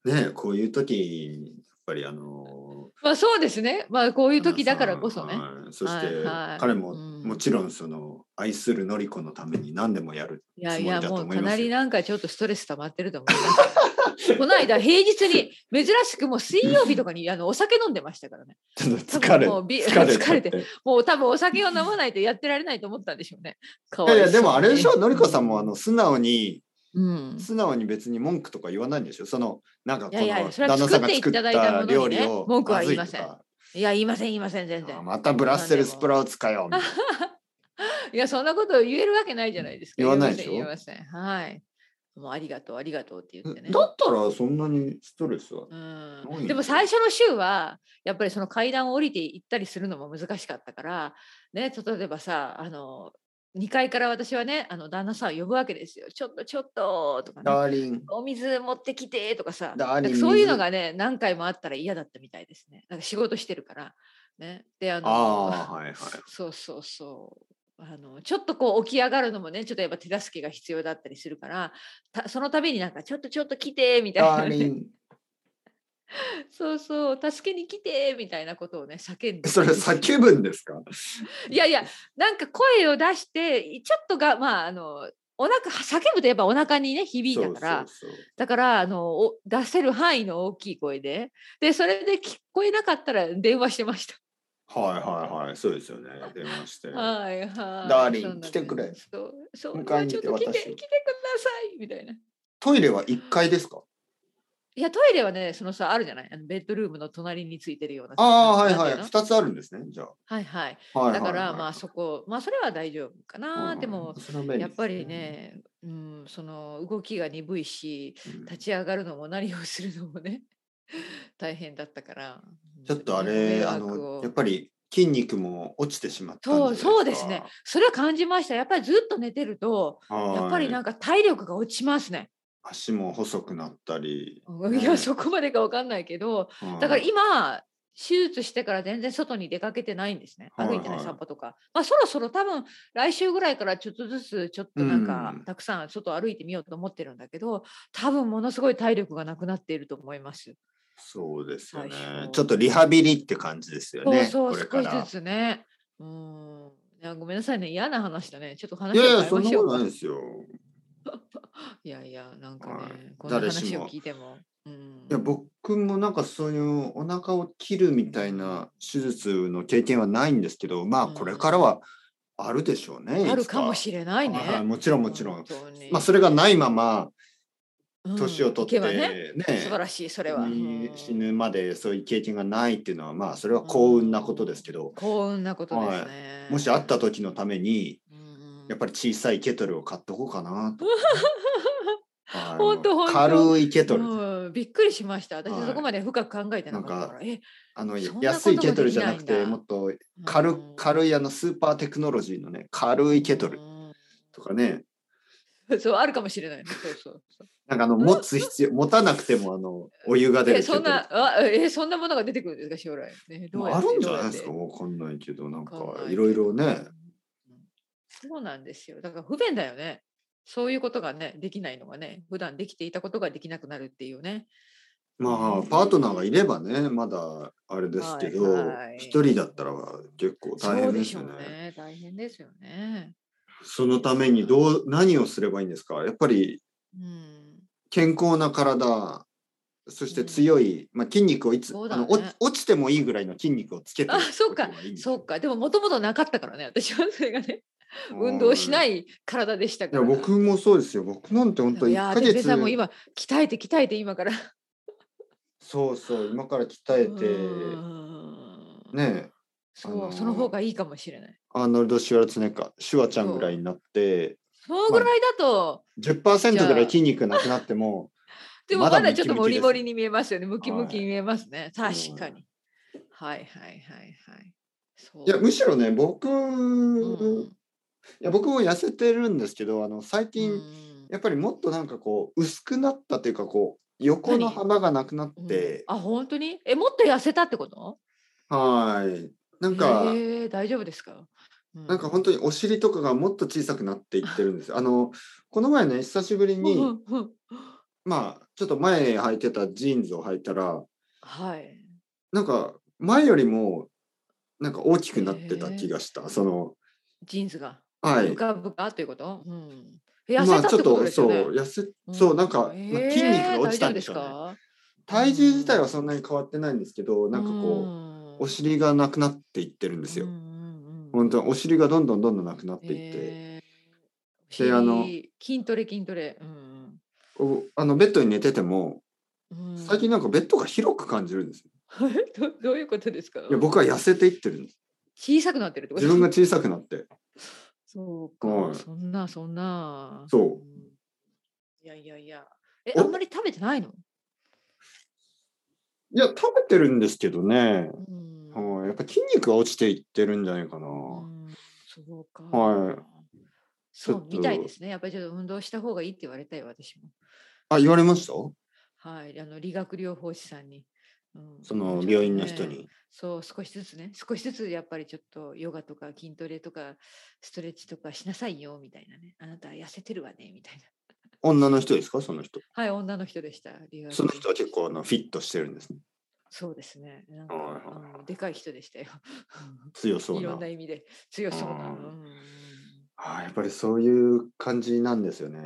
[SPEAKER 1] ねこういう時やっぱりあの
[SPEAKER 2] まあそうですねまあこういう時だからこそね。
[SPEAKER 1] はいそして
[SPEAKER 2] はいはい
[SPEAKER 1] 彼も
[SPEAKER 2] うん
[SPEAKER 1] もちろんその愛するのりこのために何でもやる
[SPEAKER 2] いや
[SPEAKER 1] つも
[SPEAKER 2] い
[SPEAKER 1] りだ
[SPEAKER 2] や
[SPEAKER 1] と
[SPEAKER 2] も
[SPEAKER 1] 思いうます
[SPEAKER 2] か
[SPEAKER 1] よ
[SPEAKER 2] なりなんかちょっとストレス溜まってると思います。この間、平日に、珍しくもう水曜日とか にあのお酒飲んでましたからね。
[SPEAKER 1] ちょっと疲れ
[SPEAKER 2] もうび
[SPEAKER 1] 疲れ
[SPEAKER 2] 疲れて
[SPEAKER 1] て。
[SPEAKER 2] もう多分お酒を飲まないとやってられないと思ったんでしょうね。か
[SPEAKER 1] い
[SPEAKER 2] わ
[SPEAKER 1] やい
[SPEAKER 2] いそう
[SPEAKER 1] やで
[SPEAKER 2] に
[SPEAKER 1] もあれでしょのりこさんもあの素直に
[SPEAKER 2] うん。
[SPEAKER 1] 素直に別に文句とか言わないんでしょそのなんかこ
[SPEAKER 2] いやいや
[SPEAKER 1] の
[SPEAKER 2] それ
[SPEAKER 1] 旦
[SPEAKER 2] は
[SPEAKER 1] 那さん
[SPEAKER 2] 作
[SPEAKER 1] が
[SPEAKER 2] ってい
[SPEAKER 1] 作
[SPEAKER 2] た
[SPEAKER 1] っ
[SPEAKER 2] だいたもの
[SPEAKER 1] た
[SPEAKER 2] にね
[SPEAKER 1] 料理を
[SPEAKER 2] 文句は言いません
[SPEAKER 1] ずいとか
[SPEAKER 2] いや、言いません、言いません、全然
[SPEAKER 1] あ。またブラッセルスプラウツかよみたいない
[SPEAKER 2] や、そんなこと言えるわけないじゃないですか。
[SPEAKER 1] 言わないでしょ
[SPEAKER 2] 言えません。言えませんはい。もうありがとう、ありがとうって言 ってね。
[SPEAKER 1] だったらそんなにストレスは。
[SPEAKER 2] う
[SPEAKER 1] ごい
[SPEAKER 2] ん、
[SPEAKER 1] ね
[SPEAKER 2] でも最初の週はやっぱりその階段を降りて行ったりするのも難しかったから、ね、例えばさあの2階から私はねあの旦那さんを呼ぶわけですよ「ちょっとちょっと」とかね
[SPEAKER 1] ダーリン。
[SPEAKER 2] 「お水持ってきて」とかさ
[SPEAKER 1] ダー
[SPEAKER 2] なん
[SPEAKER 1] リ
[SPEAKER 2] か
[SPEAKER 1] ン。
[SPEAKER 2] そういうのがね何回もあったら嫌だったみたいですねなんか仕事してるから。ね、であの
[SPEAKER 1] ああ、はいはい。
[SPEAKER 2] そうそうそう。あのちょっとこう起き上がるのもねちょっとやっぱ手助けが必要だったりするからたその度になんか「ちょっとちょっと来て」みたい
[SPEAKER 1] ダ
[SPEAKER 2] な
[SPEAKER 1] ー
[SPEAKER 2] ね、
[SPEAKER 1] リン。
[SPEAKER 2] そうそう助けに来てみたいなことをね叫んで
[SPEAKER 1] それ叫ぶんです か
[SPEAKER 2] いやいやなんか声を出してちょっとがまああのお腹叫ぶとやっぱお腹にね響いたから
[SPEAKER 1] そうそうそう
[SPEAKER 2] だからあのお出せる範囲の大きい声ででそれで聞こえなかったら電話してました。
[SPEAKER 1] はいはいはい、そうですよね。電話して。
[SPEAKER 2] はいはい。
[SPEAKER 1] ダーリン
[SPEAKER 2] そんな
[SPEAKER 1] 来てくれ
[SPEAKER 2] そうそう。
[SPEAKER 1] 迎えに
[SPEAKER 2] ちょ
[SPEAKER 1] 行
[SPEAKER 2] っ
[SPEAKER 1] って
[SPEAKER 2] と来て来て
[SPEAKER 1] 私を
[SPEAKER 2] くださいみたいな。
[SPEAKER 1] トイレは1階ですか
[SPEAKER 2] いやトイレはねそのさあるじゃないあのベッドルームの隣についてるようなさ。
[SPEAKER 1] ああ、は
[SPEAKER 2] ないんて
[SPEAKER 1] はい。
[SPEAKER 2] うの
[SPEAKER 1] 2つあるんですね、じゃ
[SPEAKER 2] はいはい。
[SPEAKER 1] あ。はいはいはい
[SPEAKER 2] だからまあそこまあそれは大丈夫かな、でも、やっぱり、ね、うん、その動きが鈍いし
[SPEAKER 1] うんうんそれは便利ですねうん
[SPEAKER 2] 立ち上がるのも何をするのもね 大変だったから
[SPEAKER 1] ちょっとあ
[SPEAKER 2] 迷
[SPEAKER 1] れ、あ
[SPEAKER 2] 惑
[SPEAKER 1] の
[SPEAKER 2] を、
[SPEAKER 1] やっぱり筋肉も落ちてしまったんじゃな
[SPEAKER 2] そ
[SPEAKER 1] いうですか。
[SPEAKER 2] そうですねそれは感じましたやっぱりずっと寝てると
[SPEAKER 1] はい。
[SPEAKER 2] やっぱりなんか体力が落ちますね、
[SPEAKER 1] 足も細くなったり。
[SPEAKER 2] い
[SPEAKER 1] ね
[SPEAKER 2] やそこまでかわかんないけど
[SPEAKER 1] はい
[SPEAKER 2] だから今手術してから全然外に出かけてないんですね
[SPEAKER 1] はいは
[SPEAKER 2] 歩
[SPEAKER 1] い
[SPEAKER 2] いてない散歩とか、まあそろそろ多分来週ぐらいからちょっとずつちょっとなんか
[SPEAKER 1] うん
[SPEAKER 2] たくさん外歩いてみようと思ってるんだけど多分ものすごい体力がなくなっていると思います。
[SPEAKER 1] そうですよね
[SPEAKER 2] 最初。
[SPEAKER 1] ちょっとリハビリって感じですよね。
[SPEAKER 2] そうそう
[SPEAKER 1] こ
[SPEAKER 2] 少
[SPEAKER 1] れ
[SPEAKER 2] し
[SPEAKER 1] から
[SPEAKER 2] ずつね。うんいやごめんなさいね嫌な話だねちょっと
[SPEAKER 1] い
[SPEAKER 2] 話を
[SPEAKER 1] やい
[SPEAKER 2] 変
[SPEAKER 1] や、
[SPEAKER 2] え
[SPEAKER 1] そ
[SPEAKER 2] ま
[SPEAKER 1] んな
[SPEAKER 2] しょ
[SPEAKER 1] こ
[SPEAKER 2] う
[SPEAKER 1] とない
[SPEAKER 2] か
[SPEAKER 1] ですよ。
[SPEAKER 2] いやいやなんかね、
[SPEAKER 1] はい
[SPEAKER 2] こんな
[SPEAKER 1] 誰し
[SPEAKER 2] 話
[SPEAKER 1] も
[SPEAKER 2] を聞いても。うん
[SPEAKER 1] いや、僕もなんかそういうお腹を切るみたいな手術の経験はないんですけど、まあ
[SPEAKER 2] うん
[SPEAKER 1] これからはあるでしょうね。
[SPEAKER 2] あるかもしれない
[SPEAKER 1] れ
[SPEAKER 2] ね。
[SPEAKER 1] もちろんもちろん
[SPEAKER 2] 本。当に
[SPEAKER 1] まあそれがないまま
[SPEAKER 2] うん
[SPEAKER 1] 年を取って、
[SPEAKER 2] いけばね
[SPEAKER 1] ね
[SPEAKER 2] 素晴らしいそれは。
[SPEAKER 1] に
[SPEAKER 2] うん
[SPEAKER 1] 死ぬまでそういう経験がないっていうのはまあそれは幸運なことですけど、
[SPEAKER 2] 幸運なことですね。
[SPEAKER 1] もしあった時のためにやっぱ
[SPEAKER 2] り
[SPEAKER 1] り小さいケトルを買っとこうかな と。はい
[SPEAKER 2] ほんとほんと
[SPEAKER 1] 軽いケトル。
[SPEAKER 2] びっくりしました。私
[SPEAKER 1] はい
[SPEAKER 2] そこまで深く考えてなかったから。え
[SPEAKER 1] あの
[SPEAKER 2] そんなこと
[SPEAKER 1] 安いケトルじゃなく
[SPEAKER 2] もで
[SPEAKER 1] て
[SPEAKER 2] きないんだ
[SPEAKER 1] もっと軽,、軽いあのスーパーテクノロジーのね軽いケトルとかね
[SPEAKER 2] うんそうあるかもしれないね。そうそうそう。
[SPEAKER 1] なんかあの持つ必要持たなくてもあのお湯が出る
[SPEAKER 2] え
[SPEAKER 1] ケトル
[SPEAKER 2] そんなあえそんなものが出てくるんですか将来。ねどうや
[SPEAKER 1] あ
[SPEAKER 2] って
[SPEAKER 1] るんじゃないですか
[SPEAKER 2] どうやっ
[SPEAKER 1] わかんないけどなん
[SPEAKER 2] て
[SPEAKER 1] か
[SPEAKER 2] わんない
[SPEAKER 1] いろいろ
[SPEAKER 2] け
[SPEAKER 1] ね
[SPEAKER 2] ど。うんそうなんですよ。だから不便だよね。そういうことがねできないのがね普段できていたことができなくなるっていうね。
[SPEAKER 1] まあパートナーがいればねまだあれですけど一、
[SPEAKER 2] はいはい
[SPEAKER 1] 人だったら結構大
[SPEAKER 2] そう
[SPEAKER 1] 変
[SPEAKER 2] で
[SPEAKER 1] です
[SPEAKER 2] しょ
[SPEAKER 1] よね
[SPEAKER 2] う
[SPEAKER 1] そ
[SPEAKER 2] ね。大変ですよね。
[SPEAKER 1] のためにどう何をすればいいんですかやっぱり
[SPEAKER 2] うん。
[SPEAKER 1] 健康な体そして強い、まあ、筋肉をいつ、
[SPEAKER 2] そうだ
[SPEAKER 1] あ
[SPEAKER 2] ね
[SPEAKER 1] の落ち落ちてもいいぐらいの筋肉をつけて
[SPEAKER 2] あそうか
[SPEAKER 1] おけばいいんです
[SPEAKER 2] そうか。でももともとなかったからね。私は それがね、運動しないい体でしたか
[SPEAKER 1] や
[SPEAKER 2] ら。
[SPEAKER 1] 僕もそうですよ僕なんて本当
[SPEAKER 2] い
[SPEAKER 1] 一
[SPEAKER 2] やー、
[SPEAKER 1] ヶ
[SPEAKER 2] てつ
[SPEAKER 1] 月
[SPEAKER 2] べさんも今鍛えて鍛えて今から。
[SPEAKER 1] そうそう今から鍛
[SPEAKER 2] うー
[SPEAKER 1] え
[SPEAKER 2] ん
[SPEAKER 1] てね
[SPEAKER 2] そう、
[SPEAKER 1] あのー
[SPEAKER 2] その方がいいかもしれない。
[SPEAKER 1] アーノルド・シュワルツェネッカーシュワちゃんぐらいになって
[SPEAKER 2] そのぐらいだと、じゃあ
[SPEAKER 1] 10%ぐらい筋肉なくなって も
[SPEAKER 2] でも
[SPEAKER 1] ま
[SPEAKER 2] ま
[SPEAKER 1] だ
[SPEAKER 2] だちょっとモ
[SPEAKER 1] ムキムキです
[SPEAKER 2] リモリに見えますよね。ムキムキ
[SPEAKER 1] は
[SPEAKER 2] に見えますね。
[SPEAKER 1] そう
[SPEAKER 2] 確かに。はいはいはいはい。そう
[SPEAKER 1] いやむしろね僕、
[SPEAKER 2] うん
[SPEAKER 1] いや僕も痩せてるんですけどあの最近、
[SPEAKER 2] うん
[SPEAKER 1] やっぱりもっとなんかこう薄くなったというかこう横の幅がなくなっ
[SPEAKER 2] うん
[SPEAKER 1] て、
[SPEAKER 2] あ本当にえもっと痩せたってこと
[SPEAKER 1] はいなんか、
[SPEAKER 2] へえ大丈夫ですか、う
[SPEAKER 1] なんか本当にお尻とかがもっと小さくなっていってるんですよあのこの前ね久しぶりに、
[SPEAKER 2] うんうんうん
[SPEAKER 1] まあちょっと前履いてたジーンズを履いたら
[SPEAKER 2] はい
[SPEAKER 1] なんか前よりもなんか大きくなってた気がした、その
[SPEAKER 2] ジーンズが
[SPEAKER 1] はい
[SPEAKER 2] 深々ということ、うん痩せたってことですよね
[SPEAKER 1] まあ、ちょっとそう、痩せ、そう、なんか、まあ
[SPEAKER 2] えー
[SPEAKER 1] 筋肉が落ちたんでしょうね
[SPEAKER 2] 大丈夫ですか
[SPEAKER 1] 体重自体はそんなに変わってないんですけど、なんかこ
[SPEAKER 2] こ
[SPEAKER 1] う、お尻がなくなっていってるんですよ。本当にお尻がどんどんどんどんなくなっていって、
[SPEAKER 2] え
[SPEAKER 1] であの
[SPEAKER 2] お尻筋トレ筋トレ、うん
[SPEAKER 1] おあのベッドに寝てても、
[SPEAKER 2] うんうん
[SPEAKER 1] 最近なんかベッドが広く感じるんですよ。
[SPEAKER 2] え どどういうことですか
[SPEAKER 1] いや、僕は痩せていってるんです。
[SPEAKER 2] 小さくなってるってこと
[SPEAKER 1] 自分が小さくなって。
[SPEAKER 2] そうか、
[SPEAKER 1] はい
[SPEAKER 2] そんなそんな
[SPEAKER 1] そうん
[SPEAKER 2] いやいやいやえ
[SPEAKER 1] お
[SPEAKER 2] あんまり食べてないの、
[SPEAKER 1] いや、食べてるんですけどね。
[SPEAKER 2] うん
[SPEAKER 1] はい、やっぱ筋肉が落ちていってるんじゃないかな。
[SPEAKER 2] うんそうか
[SPEAKER 1] はいち
[SPEAKER 2] そ
[SPEAKER 1] ょっ
[SPEAKER 2] う
[SPEAKER 1] と
[SPEAKER 2] みたいですねやっぱりちょっと運動した方がいいって言われたい私も
[SPEAKER 1] あ、言われました
[SPEAKER 2] はいあの理学療法士さんに、うん
[SPEAKER 1] その病院の人
[SPEAKER 2] ちょっとね
[SPEAKER 1] に。
[SPEAKER 2] そう少しずつね少しずつやっぱりちょっとヨガとか筋トレとかストレッチとかしなさいよみたいなねあなた痩せてるわねみたいな
[SPEAKER 1] 女の人ですかその人。
[SPEAKER 2] はい女の人でした理学
[SPEAKER 1] その人は結構あのフィットしてるんですね。
[SPEAKER 2] そうですね。なんか、
[SPEAKER 1] はいはい
[SPEAKER 2] あのでかい人でしたよ。
[SPEAKER 1] 強そう
[SPEAKER 2] いろ
[SPEAKER 1] なん
[SPEAKER 2] な。意味で強そうな。
[SPEAKER 1] あー
[SPEAKER 2] うん
[SPEAKER 1] あーやっぱりそういう感じなんですよね。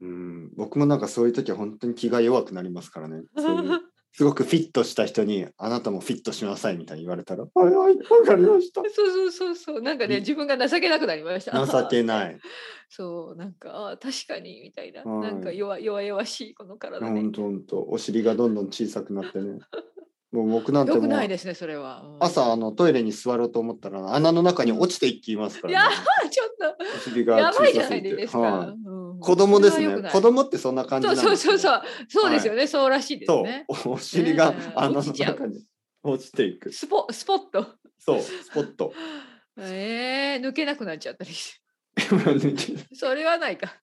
[SPEAKER 1] うん、僕もなんかそういう時は本当に気が弱くなりますからね。そう
[SPEAKER 2] うん
[SPEAKER 1] いうすごくフィットした人に、あなたもフィットしなさいみたいに言われ たら、はいはい、わかりました。
[SPEAKER 2] そうそうそうそうなんかね
[SPEAKER 1] うん
[SPEAKER 2] 自分が情けなくなりました
[SPEAKER 1] 情け
[SPEAKER 2] い
[SPEAKER 1] ない。
[SPEAKER 2] そうなんかあー確かにみたいな、
[SPEAKER 1] はい
[SPEAKER 2] なんか弱弱々しいこの体ね
[SPEAKER 1] 本当本当、お尻がどんどん小さくなってね。もう僕なんて
[SPEAKER 2] よ
[SPEAKER 1] も
[SPEAKER 2] くないうですねそれは、うん
[SPEAKER 1] 朝あのトイレに座ろうと思ったら穴の中に落ちていきますか
[SPEAKER 2] いや
[SPEAKER 1] ら、ね。
[SPEAKER 2] ー ちょっと
[SPEAKER 1] お尻が
[SPEAKER 2] や
[SPEAKER 1] 小
[SPEAKER 2] ばいじ
[SPEAKER 1] さ
[SPEAKER 2] ゃ
[SPEAKER 1] す
[SPEAKER 2] ない
[SPEAKER 1] ぎて。
[SPEAKER 2] ですか、
[SPEAKER 1] はい
[SPEAKER 2] うん
[SPEAKER 1] 子供です
[SPEAKER 2] それは良
[SPEAKER 1] ね。
[SPEAKER 2] くない
[SPEAKER 1] 子供ってそんな感じ
[SPEAKER 2] そ
[SPEAKER 1] な
[SPEAKER 2] うん
[SPEAKER 1] です
[SPEAKER 2] そうそう
[SPEAKER 1] よ
[SPEAKER 2] そうそうですよね、そうらしいです
[SPEAKER 1] そう、
[SPEAKER 2] ね
[SPEAKER 1] おお尻が
[SPEAKER 2] ねえ
[SPEAKER 1] 穴の
[SPEAKER 2] 落ちちゃう
[SPEAKER 1] 中に落ちていく。
[SPEAKER 2] スポスポッと
[SPEAKER 1] そう、スポッ ト。
[SPEAKER 2] えー、抜けなくなっちゃったり してそれはないか。え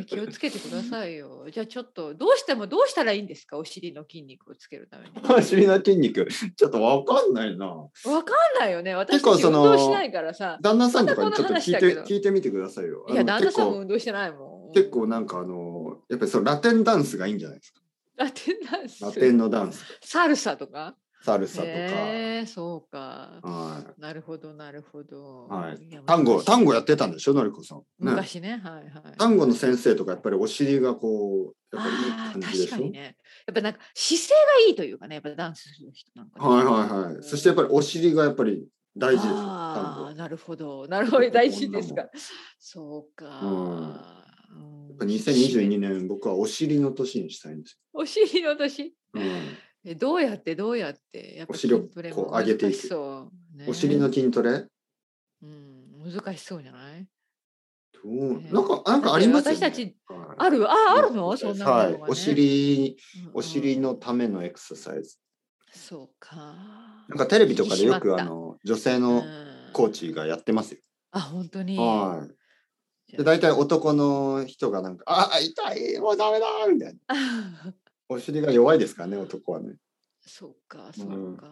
[SPEAKER 2] ー気をつけてくださいよ。じゃあちょっとどうしてもどうしたらいいんですかお尻の筋肉をつけるために。
[SPEAKER 1] お尻の筋肉、ちょっとわかんないな。
[SPEAKER 2] わかんないよね。
[SPEAKER 1] 結
[SPEAKER 2] 私た
[SPEAKER 1] 構
[SPEAKER 2] ち
[SPEAKER 1] そ
[SPEAKER 2] 運
[SPEAKER 1] の
[SPEAKER 2] 動しないからさ。
[SPEAKER 1] 旦那さんとかにちょっと聞い
[SPEAKER 2] そんなこんな話だ
[SPEAKER 1] て
[SPEAKER 2] け
[SPEAKER 1] 聞いてみてくださいよ。
[SPEAKER 2] いや
[SPEAKER 1] あの
[SPEAKER 2] 旦那さんも
[SPEAKER 1] 結構
[SPEAKER 2] 運動してないもん。
[SPEAKER 1] 結構なんかあのやっぱりそのラテンダンスがいいんじゃないですか。
[SPEAKER 2] ラテンダンス。
[SPEAKER 1] ラテンのダンス、
[SPEAKER 2] サルサとか。
[SPEAKER 1] サルサとか、
[SPEAKER 2] えー、そうか。
[SPEAKER 1] はい
[SPEAKER 2] なるほどなるほど。
[SPEAKER 1] はい
[SPEAKER 2] や
[SPEAKER 1] 単語単語やってたん
[SPEAKER 2] す。
[SPEAKER 1] でしょ、のりこさん。ね、
[SPEAKER 2] 昔ね、はいはい。
[SPEAKER 1] 単語の先生とかやっぱりお尻がこうやっぱ
[SPEAKER 2] あ
[SPEAKER 1] りいい
[SPEAKER 2] ー
[SPEAKER 1] 感じで
[SPEAKER 2] 確
[SPEAKER 1] し
[SPEAKER 2] か
[SPEAKER 1] ょ
[SPEAKER 2] に。ね。やっぱなんか姿勢がいいというかね、やっぱダンスする人なんかね、
[SPEAKER 1] はいはいはい。そしてやっぱりお尻がやっぱり大事ですよ。単
[SPEAKER 2] あ
[SPEAKER 1] 語
[SPEAKER 2] あ、なるほど。なるほど。大事です
[SPEAKER 1] 女
[SPEAKER 2] か。そうか。うん
[SPEAKER 1] 2022年僕はお尻の年にしたいんです
[SPEAKER 2] お尻の年。
[SPEAKER 1] よ、
[SPEAKER 2] えどうやってどうやってやっぱ
[SPEAKER 1] お尻を
[SPEAKER 2] 筋トレ
[SPEAKER 1] こう
[SPEAKER 2] も
[SPEAKER 1] 上げていく
[SPEAKER 2] 難しそう、ね
[SPEAKER 1] お尻の、筋トレ
[SPEAKER 2] うん、難しそうじゃない
[SPEAKER 1] どう
[SPEAKER 2] ね
[SPEAKER 1] なんかなんかありますよ、ね、
[SPEAKER 2] 私たち
[SPEAKER 1] はい
[SPEAKER 2] あるああるのそんなのが
[SPEAKER 1] は
[SPEAKER 2] ね、
[SPEAKER 1] い、お尻
[SPEAKER 2] うん
[SPEAKER 1] お尻のためのエクササイズ
[SPEAKER 2] そうか
[SPEAKER 1] なんかテレビとかでよ
[SPEAKER 2] 引き締ま
[SPEAKER 1] く
[SPEAKER 2] った
[SPEAKER 1] あの女性
[SPEAKER 2] う
[SPEAKER 1] の
[SPEAKER 2] ん
[SPEAKER 1] コーチがやってますよ、
[SPEAKER 2] あ本当に
[SPEAKER 1] はいで
[SPEAKER 2] だ
[SPEAKER 1] 大体男の人がなんか「ああ痛いもうダメだ」みたいなお尻が弱いですからね男はね
[SPEAKER 2] そうか、
[SPEAKER 1] う
[SPEAKER 2] そ
[SPEAKER 1] ん
[SPEAKER 2] うか。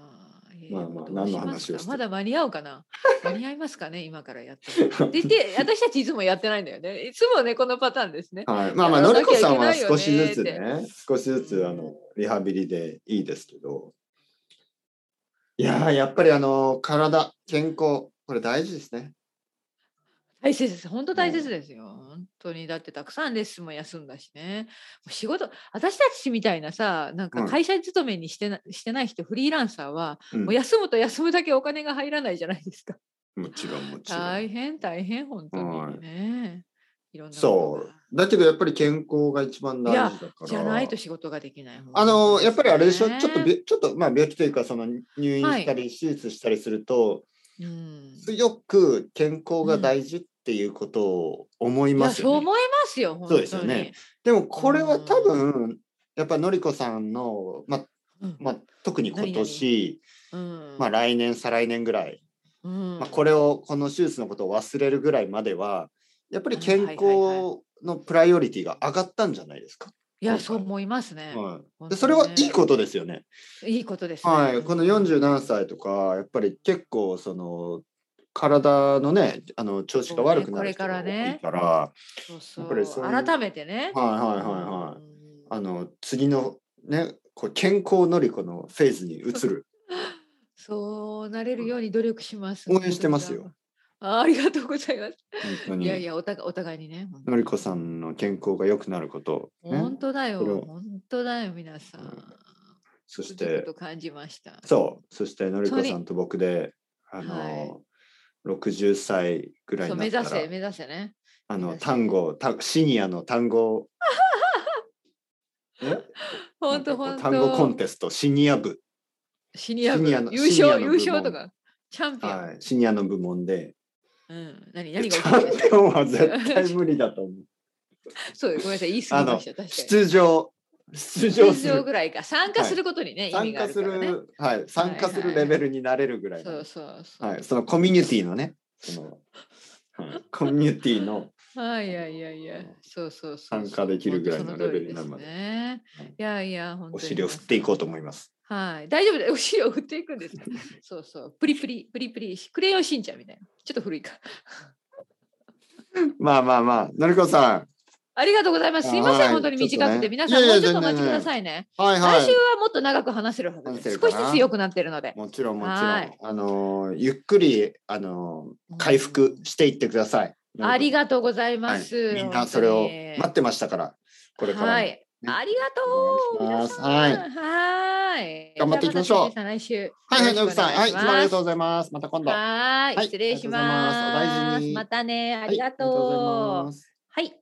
[SPEAKER 2] えー
[SPEAKER 1] まあまあ
[SPEAKER 2] どう
[SPEAKER 1] 何の
[SPEAKER 2] します
[SPEAKER 1] 話を
[SPEAKER 2] か
[SPEAKER 1] して
[SPEAKER 2] まだ間に合うかな間に合いますかね今からやって も。で、で私たちいつもやってないんだよね。いつもね、このパターンですね。
[SPEAKER 1] はい、まあまあ
[SPEAKER 2] や
[SPEAKER 1] の
[SPEAKER 2] ら
[SPEAKER 1] り
[SPEAKER 2] な
[SPEAKER 1] こ
[SPEAKER 2] きゃいけ
[SPEAKER 1] さ
[SPEAKER 2] ない
[SPEAKER 1] ん
[SPEAKER 2] よね
[SPEAKER 1] は少
[SPEAKER 2] って
[SPEAKER 1] しずつね少しずつあのリハビリでいいですけどいやーやっぱりあの体健康これ大事ですね
[SPEAKER 2] 大切です。本当大切ですよ。本当に。だってたくさんレッスンも休んだしね。もう仕事、私たちみたいなさ、なんか
[SPEAKER 1] うん
[SPEAKER 2] 会社勤めにしてな、してない人、フリーランサーは、
[SPEAKER 1] うん
[SPEAKER 2] もう休むと休むだけお金が入らないじゃないですか。
[SPEAKER 1] もちろんもちろん
[SPEAKER 2] 大変、大変、本当にね。いろんなこと
[SPEAKER 1] そ
[SPEAKER 2] が
[SPEAKER 1] うだけどやっぱり健康が一番大事だから
[SPEAKER 2] じゃないと仕事ができない。
[SPEAKER 1] あのやっぱりあれでしょ、
[SPEAKER 2] ね
[SPEAKER 1] ちょっとびちょっとまあ病気というかその入院したり手術したりすると、
[SPEAKER 2] うん、
[SPEAKER 1] 強く健康が大事っていうことを思い
[SPEAKER 2] いや
[SPEAKER 1] ます
[SPEAKER 2] そう
[SPEAKER 1] よね、
[SPEAKER 2] 思いますよ、本当
[SPEAKER 1] そう
[SPEAKER 2] に。
[SPEAKER 1] ですよねでもこれは多分やっぱのりこさんのまあ
[SPEAKER 2] うん。
[SPEAKER 1] まあ、特に今年、
[SPEAKER 2] うん、
[SPEAKER 1] まあ、来年再来年ぐらい、
[SPEAKER 2] うん
[SPEAKER 1] まあ、これをこの手術のことを忘れるぐらいまではやっぱり健
[SPEAKER 2] はい
[SPEAKER 1] 康
[SPEAKER 2] はいはい
[SPEAKER 1] のプライオリティが上がったんじゃないですか。
[SPEAKER 2] いや、そう思います
[SPEAKER 1] はい、
[SPEAKER 2] ね。本当に
[SPEAKER 1] で
[SPEAKER 2] ね
[SPEAKER 1] それはいいことですよね。
[SPEAKER 2] いいことです、ね。
[SPEAKER 1] はい、この47歳とかやっぱり結構その体のねあの調子が悪くなる人が多いから
[SPEAKER 2] そうそ
[SPEAKER 1] や
[SPEAKER 2] う
[SPEAKER 1] っぱりそういう
[SPEAKER 2] 改めてね。
[SPEAKER 1] はいはいはいはい
[SPEAKER 2] うん
[SPEAKER 1] あの次のねこう健康のりこのフェーズに移る
[SPEAKER 2] そうなれるように努力します。
[SPEAKER 1] 応援してますよ
[SPEAKER 2] あありがとうございます。
[SPEAKER 1] 当に。
[SPEAKER 2] いやいや、お互いお互いにね。
[SPEAKER 1] のりこさんの健康が良くなることをね、
[SPEAKER 2] 本当だよ、
[SPEAKER 1] それを
[SPEAKER 2] 本当だよ、皆さ
[SPEAKER 1] うん
[SPEAKER 2] ん。
[SPEAKER 1] そし
[SPEAKER 2] ちょってと感じました。
[SPEAKER 1] そうそしてのりこ
[SPEAKER 2] そ
[SPEAKER 1] さ
[SPEAKER 2] れ
[SPEAKER 1] んと僕であの、
[SPEAKER 2] はい
[SPEAKER 1] 60歳ぐらい
[SPEAKER 2] そう
[SPEAKER 1] にな
[SPEAKER 2] 目
[SPEAKER 1] った
[SPEAKER 2] 指
[SPEAKER 1] ら
[SPEAKER 2] せ、目指せね。
[SPEAKER 1] あ
[SPEAKER 2] 目
[SPEAKER 1] の
[SPEAKER 2] 指せ
[SPEAKER 1] 単語たシニアの単 語ね
[SPEAKER 2] 本当
[SPEAKER 1] なん
[SPEAKER 2] 本
[SPEAKER 1] か
[SPEAKER 2] 当。
[SPEAKER 1] こう単語コンテストシニア部、
[SPEAKER 2] シニア部
[SPEAKER 1] シニアの
[SPEAKER 2] 優
[SPEAKER 1] シニアの
[SPEAKER 2] 勝
[SPEAKER 1] 部
[SPEAKER 2] 優
[SPEAKER 1] 門
[SPEAKER 2] 勝とかチャンピオン。
[SPEAKER 1] はい、シニアの部門で
[SPEAKER 2] うん。何
[SPEAKER 1] チ
[SPEAKER 2] 何が
[SPEAKER 1] ャ
[SPEAKER 2] 起きて
[SPEAKER 1] ン
[SPEAKER 2] る
[SPEAKER 1] ピオンは 絶対無理だと思う
[SPEAKER 2] そうごめんなさい言い過ぎました確かに。
[SPEAKER 1] 出場出場す
[SPEAKER 2] 出場
[SPEAKER 1] る
[SPEAKER 2] ぐらいか参加することにね、意味
[SPEAKER 1] 参
[SPEAKER 2] があ
[SPEAKER 1] 加
[SPEAKER 2] る
[SPEAKER 1] す
[SPEAKER 2] からね。
[SPEAKER 1] る、はい、参加するレベルになれるぐらいの、
[SPEAKER 2] そうそうそう。
[SPEAKER 1] はい、そのコミュニティのね、その、はい、コミュニティの、
[SPEAKER 2] はい、いやいやいや、そうそうそうそう。
[SPEAKER 1] 参加できるぐらいのレベルになるまで
[SPEAKER 2] 本当その通りですね。いやいや、本当
[SPEAKER 1] お
[SPEAKER 2] に
[SPEAKER 1] 尻を振っていこうと思います。
[SPEAKER 2] はい、大丈夫だよ。お尻を振っていくん ですか。そうそう。プリプリ、プリプリ、クレヨンしんちゃんみたいな。ちょっと古いか。
[SPEAKER 1] まあまあまあ、のりこさん。
[SPEAKER 2] ありがとうございます。すいません、
[SPEAKER 1] はい
[SPEAKER 2] 本当に短くて、
[SPEAKER 1] ちょっとね
[SPEAKER 2] 皆さん
[SPEAKER 1] いや
[SPEAKER 2] も
[SPEAKER 1] いうや
[SPEAKER 2] ちょっとお
[SPEAKER 1] 全然
[SPEAKER 2] 待ちくださいね。
[SPEAKER 1] はい
[SPEAKER 2] 来
[SPEAKER 1] は
[SPEAKER 2] 週
[SPEAKER 1] い。
[SPEAKER 2] はもっと長く話せるはず
[SPEAKER 1] 話せ
[SPEAKER 2] です。
[SPEAKER 1] るか
[SPEAKER 2] 少
[SPEAKER 1] な
[SPEAKER 2] しずつ良くなってるので。
[SPEAKER 1] もちろんもちろん。
[SPEAKER 2] はい
[SPEAKER 1] あのー、ゆっくり、あのー、回復していってください。
[SPEAKER 2] あり
[SPEAKER 1] と
[SPEAKER 2] がとうございうます。
[SPEAKER 1] みんなそれを待ってましたから、これからも。
[SPEAKER 2] はい。ありがとう。
[SPEAKER 1] お願い
[SPEAKER 2] 皆
[SPEAKER 1] し
[SPEAKER 2] さん
[SPEAKER 1] ます
[SPEAKER 2] はい。
[SPEAKER 1] 頑張っていきましょう
[SPEAKER 2] じゃあた辻井さん来週。
[SPEAKER 1] はいはい、のり
[SPEAKER 2] よろ
[SPEAKER 1] こ
[SPEAKER 2] しく
[SPEAKER 1] さ
[SPEAKER 2] お
[SPEAKER 1] ん。は
[SPEAKER 2] 願
[SPEAKER 1] い、
[SPEAKER 2] い
[SPEAKER 1] い
[SPEAKER 2] し
[SPEAKER 1] つも
[SPEAKER 2] ます
[SPEAKER 1] ありがとうございます。また今度。
[SPEAKER 2] は
[SPEAKER 1] は
[SPEAKER 2] ー
[SPEAKER 1] い
[SPEAKER 2] い。失礼します。
[SPEAKER 1] ありがとうございますお大事に
[SPEAKER 2] またね。ありが
[SPEAKER 1] ありがとうござい
[SPEAKER 2] と
[SPEAKER 1] ま
[SPEAKER 2] う。
[SPEAKER 1] す。
[SPEAKER 2] はい。